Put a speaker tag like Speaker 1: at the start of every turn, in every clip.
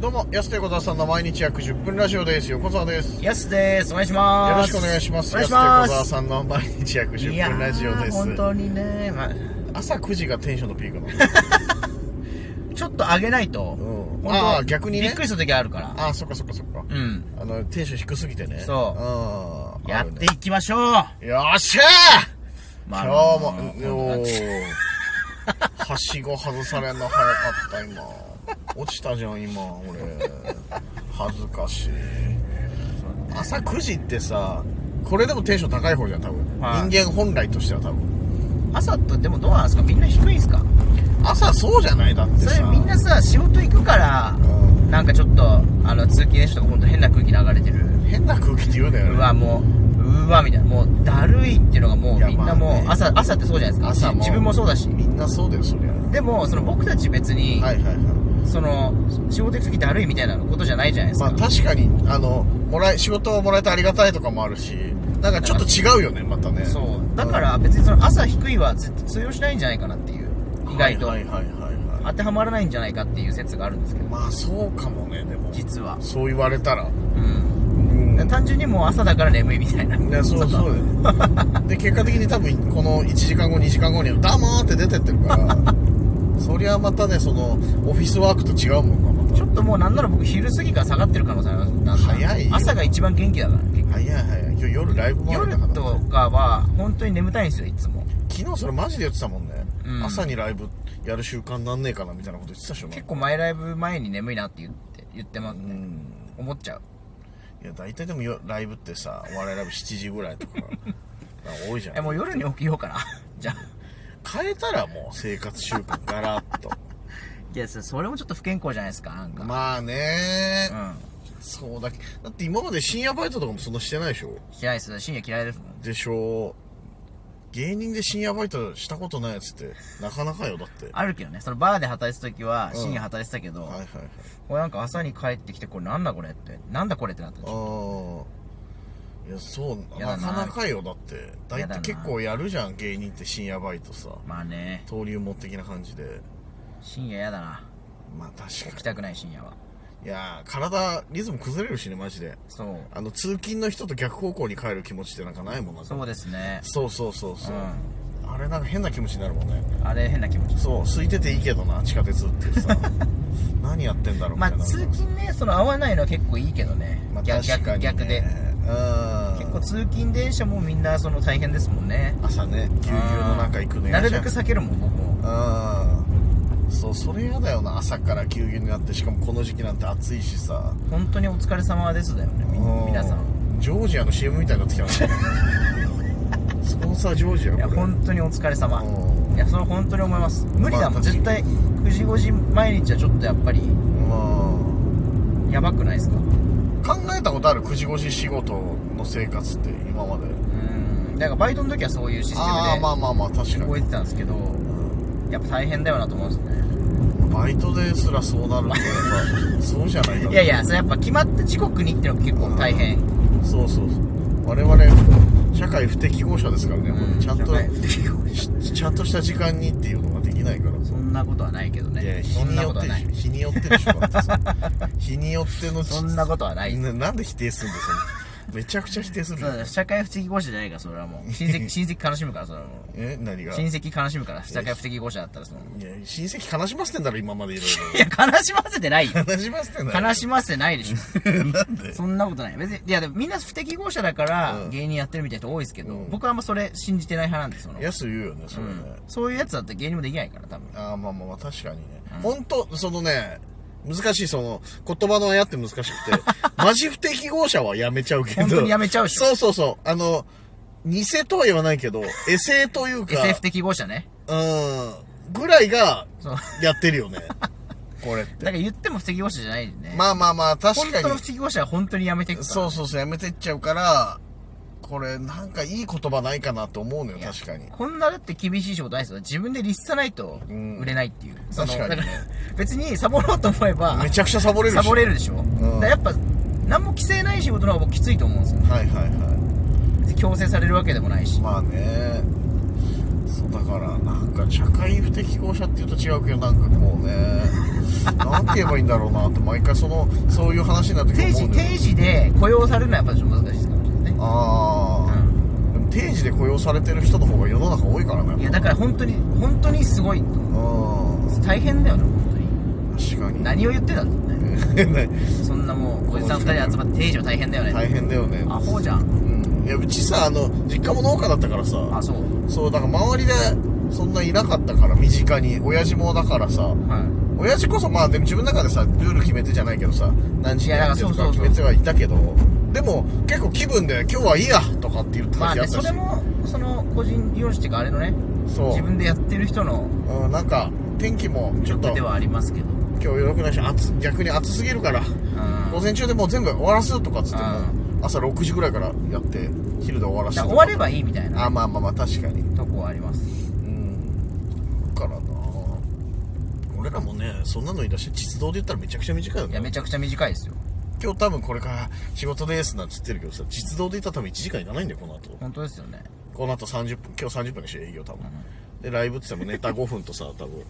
Speaker 1: どうも、安手小沢さんの毎日約10分ラジオです。横澤です。よ
Speaker 2: ヤスです。お願いします。
Speaker 1: ろしくお願いします。
Speaker 2: お願い
Speaker 1: 安
Speaker 2: しま
Speaker 1: 手小沢
Speaker 2: す。
Speaker 1: さんの毎日約
Speaker 2: い
Speaker 1: 10
Speaker 2: や
Speaker 1: 分ラジオで
Speaker 2: ー
Speaker 1: す。
Speaker 2: 本当にね、まあ、
Speaker 1: 朝9時がテンションのピークなの。
Speaker 2: ちょっと上げないと、
Speaker 1: うん
Speaker 2: 本当
Speaker 1: あー逆にね
Speaker 2: びっくりする時あるから。
Speaker 1: ああ、そっかそっかそっか。
Speaker 2: うん。
Speaker 1: あの、テンション低すぎてね。
Speaker 2: そ
Speaker 1: うん。
Speaker 2: やってい
Speaker 1: あ
Speaker 2: きましょう。
Speaker 1: るねよっしゃ
Speaker 2: ま
Speaker 1: ー
Speaker 2: あ
Speaker 1: 今
Speaker 2: あの
Speaker 1: 日も、お ー。はしご外されんの早かった、今。落ちたじゃん、今、俺。恥ずかしい。朝9時ってさ、これでもテンション高い方じゃん、多分。
Speaker 2: はい
Speaker 1: 人間本来としては多分。
Speaker 2: 朝ってでもどうなんですかみんな低いんすか
Speaker 1: 朝そうじゃないだって
Speaker 2: そ
Speaker 1: さ
Speaker 2: れみんなさ、仕事行くから、
Speaker 1: ん
Speaker 2: なんかちょっと、あの、通勤の人とかほんと変な空気流れてる。
Speaker 1: 変な空気って言うなよね
Speaker 2: うわ、もう、うわ、みたいな。もう、だるいっていうのがも
Speaker 1: いうや
Speaker 2: みんなもう、
Speaker 1: まあね
Speaker 2: 朝、朝ってそうじゃないですか。
Speaker 1: 朝も
Speaker 2: 自分もそうだし。
Speaker 1: みんなそうだよそりゃ
Speaker 2: でも、その僕たち別に、
Speaker 1: はいはいはい
Speaker 2: その仕事行く時だるいみたいなことじゃないじゃないです
Speaker 1: ま
Speaker 2: か、
Speaker 1: あ確かにあのもらい仕事をもらえてありがたいとかもあるしなんかちょっと違うよねまたね
Speaker 2: そうだから別にその朝低いは絶対通用しないんじゃないかなっていう
Speaker 1: うん
Speaker 2: 意外と
Speaker 1: はいはいはいはいは
Speaker 2: 当てはまらないんじゃないかっていう説があるんですけ
Speaker 1: い
Speaker 2: ど
Speaker 1: まあそうかもねでも
Speaker 2: 実は
Speaker 1: そう言われたら
Speaker 2: うん
Speaker 1: うんね
Speaker 2: 単純にもう朝だから眠いみたいな
Speaker 1: そうそうだよねで結果的に多分この1時間後2時間後にはダーマーって出てってるからそりゃまたねそのオフィスワークと違うもんなまた
Speaker 2: ちょっともうなんなら僕昼過ぎから下がってる可能性ありますだんだん
Speaker 1: 早いよ
Speaker 2: 朝が一番元気だから結構
Speaker 1: 早い早い今日夜ライブもあるんだ
Speaker 2: 夜
Speaker 1: から
Speaker 2: とかは本当に眠たいんですよいつも
Speaker 1: 昨日それマジで言ってたもんね、
Speaker 2: うん
Speaker 1: 朝にライブやる習慣なんねえかなみたいなこと言ってたでしょ
Speaker 2: 結構前ライブ前に眠いなって言って言ってます
Speaker 1: う
Speaker 2: ね
Speaker 1: ん
Speaker 2: 思っちゃう
Speaker 1: いや大体でもよライブってさお笑いライブ7時ぐらいとかなんか多いじゃん
Speaker 2: えもう夜に起きようかな じゃあ
Speaker 1: 変えたらもう生活習慣ガラッと
Speaker 2: いやそそれもちょっと不健康じゃないですかなんか、
Speaker 1: まあね、
Speaker 2: う
Speaker 1: そうだけだって今まで深夜バイトとかもそんなしてないでしょ
Speaker 2: ん嫌いです深夜嫌いですもん
Speaker 1: でしょ芸人で深夜バイトしたことないやつってなかなかよだって
Speaker 2: あるけどねそのバーで働いてた時は
Speaker 1: うん
Speaker 2: 深夜働いてたけど、
Speaker 1: はいはいはい
Speaker 2: これなんか朝に帰ってきてこれなんだこれってなんだこれってなったん
Speaker 1: あ
Speaker 2: ですよ
Speaker 1: あいやそう
Speaker 2: や
Speaker 1: な
Speaker 2: だな
Speaker 1: かなかよだって大
Speaker 2: やだ
Speaker 1: 体
Speaker 2: な
Speaker 1: 結構やるじゃん芸人って深夜バイトさ
Speaker 2: まあね
Speaker 1: 登竜門的な感じで
Speaker 2: 深夜やだな
Speaker 1: まあ
Speaker 2: 起
Speaker 1: 確
Speaker 2: き
Speaker 1: か
Speaker 2: たくない深夜は
Speaker 1: にいやー体リズム崩れるしねマジで
Speaker 2: そう
Speaker 1: あの通勤の人と逆方向に帰る気持ちってなんかないもんな
Speaker 2: そうですね
Speaker 1: そうそうそうそう、
Speaker 2: う
Speaker 1: あれなんか変な気持ちになるもんね
Speaker 2: あれ変な気持ちです
Speaker 1: そう空いてていいけどな地下鉄って さ何やってんだろうみ
Speaker 2: ま
Speaker 1: た
Speaker 2: あ
Speaker 1: いな、
Speaker 2: 通勤ねその合わないのは結構いいけどね、
Speaker 1: まあ
Speaker 2: 逆
Speaker 1: 確か
Speaker 2: 逆
Speaker 1: にね
Speaker 2: 逆で
Speaker 1: うん
Speaker 2: 結構通勤電車もみんなその大変ですもんね
Speaker 1: 朝ねぎゅうぎゅうの中行くの
Speaker 2: な
Speaker 1: や
Speaker 2: る
Speaker 1: じゃ
Speaker 2: べ
Speaker 1: ん
Speaker 2: く避けるもん僕も
Speaker 1: うんそうそれやだよな朝からぎゅうぎゅうになってしかもこの時期なんて暑いしさ
Speaker 2: 本当にお疲れ様ですだよねみ
Speaker 1: う
Speaker 2: 皆さん
Speaker 1: ジョージアの CM みたいになってきたね スポンサージョージア
Speaker 2: いや
Speaker 1: これ
Speaker 2: 本当にお疲れ様
Speaker 1: うん
Speaker 2: いやそれ本当に思います無理だ
Speaker 1: ま
Speaker 2: も
Speaker 1: あ
Speaker 2: ん絶対9時5時毎日はちょっとやっぱり
Speaker 1: うん
Speaker 2: やばくないですかう
Speaker 1: 考えたことある9時5時仕事の生活って今まで
Speaker 2: んなんかバイトの時はそういうシステ
Speaker 1: ああま
Speaker 2: ム
Speaker 1: あまあまあ確か
Speaker 2: で動
Speaker 1: に
Speaker 2: いてたんですけどやっぱ大変だよなと思うんですよね
Speaker 1: バイトですらそうなるのやっぱそうじゃないか
Speaker 2: いやいやそれやっぱ決まった時刻に行ってのが結構大変
Speaker 1: そうそうそう我々社会不適合者ですからね、
Speaker 2: うん
Speaker 1: ちゃんと
Speaker 2: 社会不適合者
Speaker 1: しちゃんとした時間にっていうのができないから
Speaker 2: そんなことはないけど
Speaker 1: いや
Speaker 2: ね
Speaker 1: 日
Speaker 2: そん
Speaker 1: に
Speaker 2: な
Speaker 1: よ
Speaker 2: こ
Speaker 1: っ
Speaker 2: とは
Speaker 1: て
Speaker 2: ない
Speaker 1: 日によってでしょだって さ日によっての
Speaker 2: そんなことはない
Speaker 1: ななんで否定するんですよめちゃくちゃ否定するじ
Speaker 2: そ
Speaker 1: ゃ
Speaker 2: うだ
Speaker 1: ん
Speaker 2: よ社会不適合者じゃないからそれ はもう親戚親戚悲しむからそれはも
Speaker 1: え何
Speaker 2: う
Speaker 1: が
Speaker 2: 親戚悲しむから社会不適合者だったらその
Speaker 1: いや親戚悲しませてんだろ今までいろい
Speaker 2: いや悲しませてないよ
Speaker 1: ろ悲しませてんだろ
Speaker 2: 悲しませてないでし ょ
Speaker 1: なんで
Speaker 2: そんなことない。別に、いや、でもみんな不適合者だから
Speaker 1: うん
Speaker 2: 芸人やってるみたいな人多いですけど、
Speaker 1: うん
Speaker 2: 僕はあんまそれ信じてない派なんで、その。
Speaker 1: やす言うよねそれ
Speaker 2: う
Speaker 1: ね、
Speaker 2: んそういうやつだったら芸人もできないから、多分。
Speaker 1: ああまあまあまあ確かにね、本当そのね難しいその言葉のあやって難しくて マジ不適合者はやめちゃうけど
Speaker 2: 本当にやめちゃうでしょ
Speaker 1: そうそうそうあの偽とは言わない けどエセというか
Speaker 2: SF 適合者ね。
Speaker 1: うんぐらいが
Speaker 2: そう。
Speaker 1: やってるよ ねこれって
Speaker 2: だから言っても不適合者じゃないんでね。
Speaker 1: まあまあまあ確
Speaker 2: 本
Speaker 1: か
Speaker 2: 当の
Speaker 1: に
Speaker 2: 不適合者は本当にやめていくから。
Speaker 1: そうそうそうやめてっちゃうからこれなんかいい言葉ないかなと思うのよ
Speaker 2: いや
Speaker 1: 確かに
Speaker 2: こんなだって厳しい仕事ないですよ。自分で律さないと
Speaker 1: うん
Speaker 2: 売れないっていう。その
Speaker 1: 確かにね
Speaker 2: だら別にサボろうと思えば、
Speaker 1: めちゃくちゃサボれるし
Speaker 2: サボれるでしょ。だからやっぱ、何も規制ない仕事の方が僕きついと思うんですよ。
Speaker 1: はいはいはい
Speaker 2: 別に強制されるわけでもないし。
Speaker 1: まあねそうったからなんか社会不適合者っていうと違うけどなんかこう ねなんて言えばいいんだろうなって毎回そのそういう話になる時
Speaker 2: 定
Speaker 1: 思う
Speaker 2: 時
Speaker 1: んだよ
Speaker 2: 定時で雇用されるのはやっぱちょっと難しいですかもしれないね
Speaker 1: ああ、でも定時で雇用されてる人の方が世の中多いからね
Speaker 2: いやだから本当に本当にすごい
Speaker 1: うん
Speaker 2: 大変だよね本当に
Speaker 1: 確かに
Speaker 2: 何を言ってたんだろうねそんなもうおじさん2人集まって定時は大変だよ ね、
Speaker 1: 大変だよね
Speaker 2: アホじゃん
Speaker 1: うんいやうちさあの実家も農家だったからさ
Speaker 2: あそう
Speaker 1: そうだから周りでそんないなかったから身近に親父もだからさ
Speaker 2: は
Speaker 1: 親父こそまあでも自分の中でさルール決めてじゃないけどさ何時にやってと
Speaker 2: いやだからそうそう
Speaker 1: か
Speaker 2: そう
Speaker 1: 決めてはいたけどでも結構気分で今日はいいやとかって言っ
Speaker 2: い
Speaker 1: て
Speaker 2: ま
Speaker 1: た
Speaker 2: あ
Speaker 1: 時あった
Speaker 2: ね
Speaker 1: し、
Speaker 2: それもその個人利用紙っていうかあれのね
Speaker 1: そう
Speaker 2: 自分でやってる人の
Speaker 1: うん、なんか天気もちょっと
Speaker 2: ではありますけど
Speaker 1: 今日よくないし暑逆に暑すぎるから
Speaker 2: うん
Speaker 1: 午前中でもう全部終わらすとかっつっても朝6時ぐらいからやって昼で終わら
Speaker 2: だ
Speaker 1: す
Speaker 2: か
Speaker 1: とか
Speaker 2: ら終わればいいみたいな
Speaker 1: あまあまあまあ確かに
Speaker 2: とこはあります
Speaker 1: うんだからな俺らもねそんなの言い出して実動で言ったらめちゃくちゃ短いよ
Speaker 2: いや
Speaker 1: ね
Speaker 2: めちゃくちゃ短いですよ
Speaker 1: 今日多分これから仕事ですなんつってるけどさ実動で言ったら多分1時間いかないんだよこの後
Speaker 2: 本当ですよね
Speaker 1: この後30分今日30分でしょ営業多分でライブって言ってもネタ5分とさ多分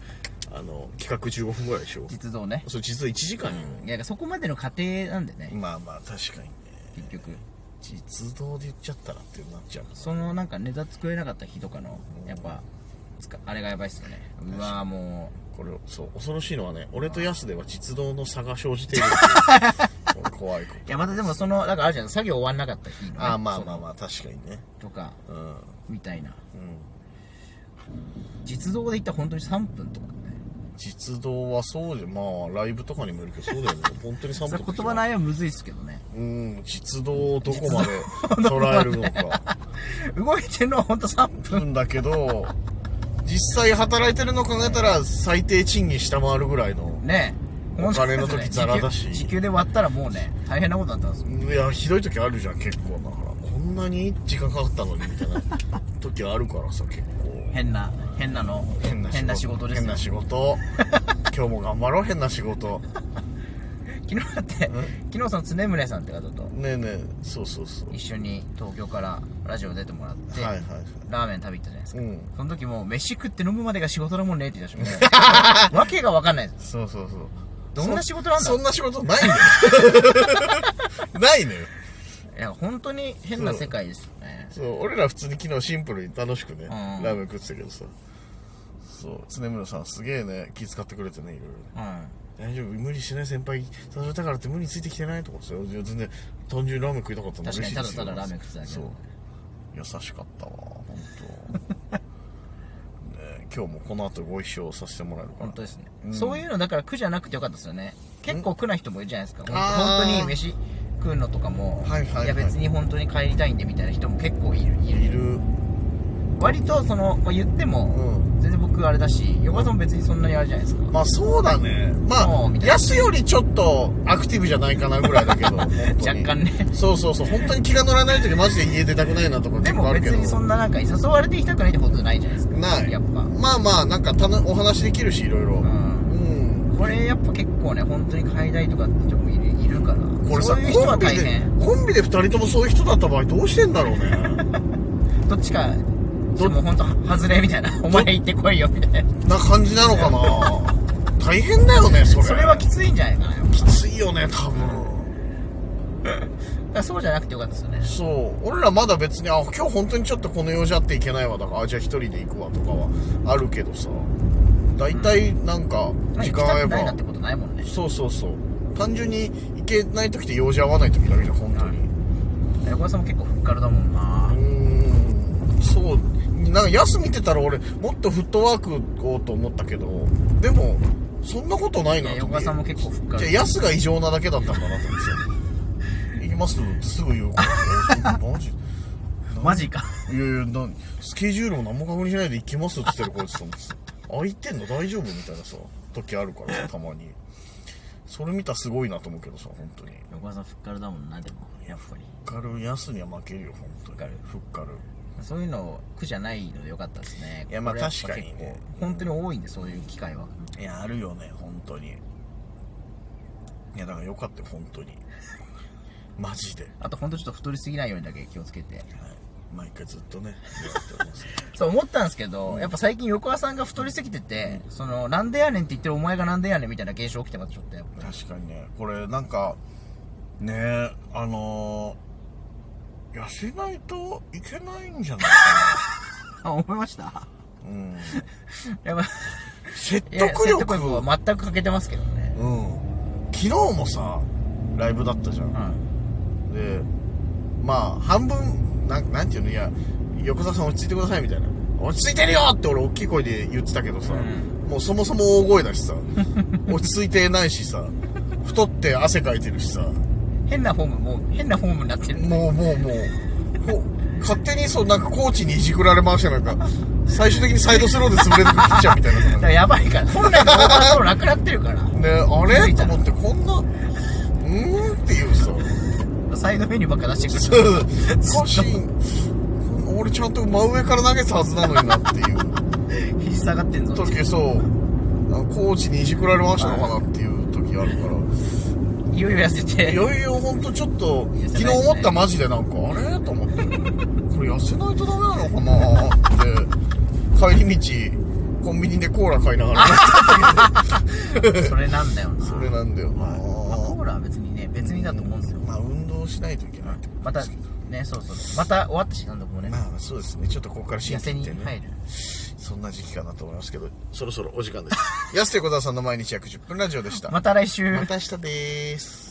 Speaker 1: あの企画15分ぐらいでしょ
Speaker 2: 実像ね
Speaker 1: それ実動1時間よ
Speaker 2: いやそこまでの過程なんでね
Speaker 1: まあまあ確かにね
Speaker 2: 結局
Speaker 1: 実動で言っちゃったらってなっちゃう
Speaker 2: そのなんかネタ作れなかった日とかのやっぱつかあれがやばいっすよねうわーも
Speaker 1: これそう恐ろしいのはね俺とヤスでは実動の差が生じているこれ怖いこ
Speaker 2: ういやまたでもそのなんかあるじゃん作業終わんなかった日のね、
Speaker 1: ああまあまあ
Speaker 2: あ
Speaker 1: まあ確かにね
Speaker 2: とか
Speaker 1: うんうん
Speaker 2: みたいな実動で言ったら本当に3分とかね
Speaker 1: 実動はそうじゃまあライブとかにもよるけどそうだよね本当に
Speaker 2: そ
Speaker 1: 寒
Speaker 2: れ
Speaker 1: く
Speaker 2: 言葉のあやむずいっすけどね
Speaker 1: うん実動をどこまで捉えるのか
Speaker 2: 動いてんのは本当3分
Speaker 1: うんだけど実際働いてるの考えたら最低賃金下回るぐらいの
Speaker 2: ねえ
Speaker 1: お金の時
Speaker 2: 本当です
Speaker 1: ザ
Speaker 2: よね
Speaker 1: ラだし
Speaker 2: 時給時給で割ったらもうね大変なことになったんですよ
Speaker 1: いやひどい時あるじゃん結構だからこんなに時間かかったのにみたいな時あるからさ結構
Speaker 2: 変な変なの
Speaker 1: 変な
Speaker 2: 仕事です
Speaker 1: 変
Speaker 2: よ
Speaker 1: な仕事 今日も頑張ろう変な仕事
Speaker 2: 昨日だって昨日その常宗さんって方と
Speaker 1: ねえねえそうそうそう
Speaker 2: 一緒に東京からラジオ出てもらって、
Speaker 1: はいはいはい
Speaker 2: ラーメン食べ行ったじゃないですか、
Speaker 1: うん
Speaker 2: その時もう飯食って飲むまでが仕事だもんねって言ってた しもうわけが分かんないです
Speaker 1: そうそうそう
Speaker 2: どんな仕事なんだ
Speaker 1: そそんな仕事ないん だよないのよ
Speaker 2: いや本当に変な世界ですよね
Speaker 1: そう俺ら普通に昨日シンプルに楽しくね、
Speaker 2: ん
Speaker 1: ラーメン食ってたけどさそう常村さんすげえね気遣ってくれてねいろいろ
Speaker 2: うん
Speaker 1: 大丈夫無理しない先輩誘れたからって無理ついてきてないとかさ全然単純にラーメン食いたかったの
Speaker 2: 確
Speaker 1: 嬉
Speaker 2: か
Speaker 1: しいで
Speaker 2: にた
Speaker 1: す
Speaker 2: だ
Speaker 1: よ
Speaker 2: ただラーメン食ってただけ
Speaker 1: そう優しかったわ本当。ね え今日もこの後ご一緒させてもらえるから
Speaker 2: 本当ですね、そういうのだから苦じゃなくてよかったですよね結構苦な人もいるじゃないですか本
Speaker 1: あー
Speaker 2: 当に飯食うのとかも、
Speaker 1: はいはいはい
Speaker 2: や別に本当に帰りたいんでみたいな人も結構いるいる
Speaker 1: いる
Speaker 2: 割とその、まあ、言っても、
Speaker 1: う
Speaker 2: 全然僕あれだし横田さんも別にそんなにあれじゃないですか、
Speaker 1: まあそうだねま
Speaker 2: そう
Speaker 1: あ
Speaker 2: みたいな
Speaker 1: 安よりちょっとアクティブじゃないかなぐらいだ けど本当に
Speaker 2: 若干ね
Speaker 1: そうそうそう本当に気が乗らない時マジで家出たくないなとか
Speaker 2: で
Speaker 1: 結構
Speaker 2: も
Speaker 1: あるけ
Speaker 2: 別
Speaker 1: ど
Speaker 2: にそんななんか誘われて行きたくないってことないじゃないですか
Speaker 1: ない
Speaker 2: やっぱ
Speaker 1: まあまあなんかたのお話できるしいろいろ
Speaker 2: うん
Speaker 1: うん
Speaker 2: これやっぱ結構ね本当に帰りたいとかって人もいるいるから
Speaker 1: これさ
Speaker 2: そういう人
Speaker 1: コ
Speaker 2: は
Speaker 1: ンビ
Speaker 2: 大
Speaker 1: で
Speaker 2: 変
Speaker 1: コンビで2人ともそういう人だった場合どうしてんだろう ね
Speaker 2: どっちかでも本当外れみたいなお前行ってこいよみたいな
Speaker 1: な感じなのかな大変だよねそれ
Speaker 2: それはきついんじゃないかなやっぱ
Speaker 1: きついよね多分
Speaker 2: だからそうじゃなくてよかったですよね
Speaker 1: そう俺らまだ別にあ今日本当にちょっとこの用事あっていけないわだからあじゃあ1人で行くわとかはあるけどさ大体なんか
Speaker 2: まあ
Speaker 1: 時
Speaker 2: 行き
Speaker 1: 間
Speaker 2: た
Speaker 1: 合え
Speaker 2: く
Speaker 1: ば、
Speaker 2: ないなってことないもんね
Speaker 1: そうそうそう単純に行けない時って用事合わない時だけじゃん本当に、
Speaker 2: 横田さんも結構フッカルだもんな
Speaker 1: うーんそうなんか安見てたら俺もっとフットワークをと思ったけどでもそんなことない
Speaker 2: い
Speaker 1: な
Speaker 2: や
Speaker 1: と
Speaker 2: 横
Speaker 1: 思っ
Speaker 2: 田
Speaker 1: て
Speaker 2: さんも結構フッカ
Speaker 1: じゃあ
Speaker 2: ル
Speaker 1: 安が異常なだけだったんだなと思って行きますってすぐ言うから えマジ
Speaker 2: マジか
Speaker 1: いやいやなスケジュールも何も確認しないで行きますって言ってるこいつと思ってさ空いてんの大丈夫みたいなさ時あるからさたまにそれ見たらすごいなと思うけどさ本当に
Speaker 2: 横田さんフッカルだもんなでもやっぱり
Speaker 1: フッカル安には負けるよ本当に
Speaker 2: フッカル
Speaker 1: フッカル
Speaker 2: そういうの苦じゃないのでよかったですね
Speaker 1: いやまあ
Speaker 2: これっぱ
Speaker 1: 確かにね
Speaker 2: 結構本当に多いんでそういう機会はい
Speaker 1: や、あるよね、本当に。いや、だからよか ったよ、本当に。マジで。
Speaker 2: あと本当ちょっと太りすぎないようにだけ気をつけて
Speaker 1: 毎回ずっとね言われてます
Speaker 2: そう思ったんですけど、やっぱ最近横川さんが太りすぎてて、その、なんでやねんって言ってるお前がなんでやねんみたいな現象起きてます、ちょっとやっぱり。
Speaker 1: 確かにねこれなんかねえあのー、痩せないといけないんじゃないか
Speaker 2: あ、思いました
Speaker 1: な、うん、
Speaker 2: やっぱ、
Speaker 1: 説
Speaker 2: いや
Speaker 1: 得
Speaker 2: 説
Speaker 1: 力
Speaker 2: 得力は全く欠けてますけどね。
Speaker 1: うん昨日もさライブだったじゃん、
Speaker 2: うん。
Speaker 1: でまあ半分なんなんていうのいや横澤さん落ち着いてくださいみたいな落ち着いてるよって俺大きい声で言ってたけどさ、
Speaker 2: うん
Speaker 1: もうそもそも大声だし さ落ち着いてないしさ太って汗かいてるしさ
Speaker 2: 変なフォーム、もう、変なフォームになってる。
Speaker 1: もうもうもうこ勝手にそうなんかコーチにいじくられ回してなんか最終的にサイドスローで潰れてくピッチャーみたいな
Speaker 2: だからやばいから、本来の横川さんもなくなってるから。
Speaker 1: ねあれと思ってこんなうーんっていうさ
Speaker 2: サイドメニューばっか出してくる。
Speaker 1: そう腰俺ちゃんと真上から投げたはずなのになっていう
Speaker 2: 引っ下がってんぞ。
Speaker 1: 時そうコーチにいじくられましたのかなっていう時あるから
Speaker 2: いよいよ痩せて
Speaker 1: い。よいよほんとちょっと
Speaker 2: 痩せないです
Speaker 1: 昨
Speaker 2: ね
Speaker 1: 日思ったマジでなんかあれと思ってこれ痩せないとダメなのかなって帰り道コンビニでコーラ買いながら
Speaker 2: それなんだよな。
Speaker 1: それなんだよな
Speaker 2: まあ、コーラは別にね、別にだと思うんですよ。
Speaker 1: まあ運動しないといけないってこと
Speaker 2: ま
Speaker 1: で
Speaker 2: た
Speaker 1: すけど、
Speaker 2: ね、そうそう。また終わったし、なんだもうね。
Speaker 1: まあそうですねちょっとここからシ
Speaker 2: 痩せ
Speaker 1: ーン
Speaker 2: に
Speaker 1: ってね
Speaker 2: 入る。
Speaker 1: そんな時期かなと思いますけど、そろそろお時間です。安手小沢さんの毎日約10分ラジオでした。
Speaker 2: また来週。
Speaker 1: また明日でーす。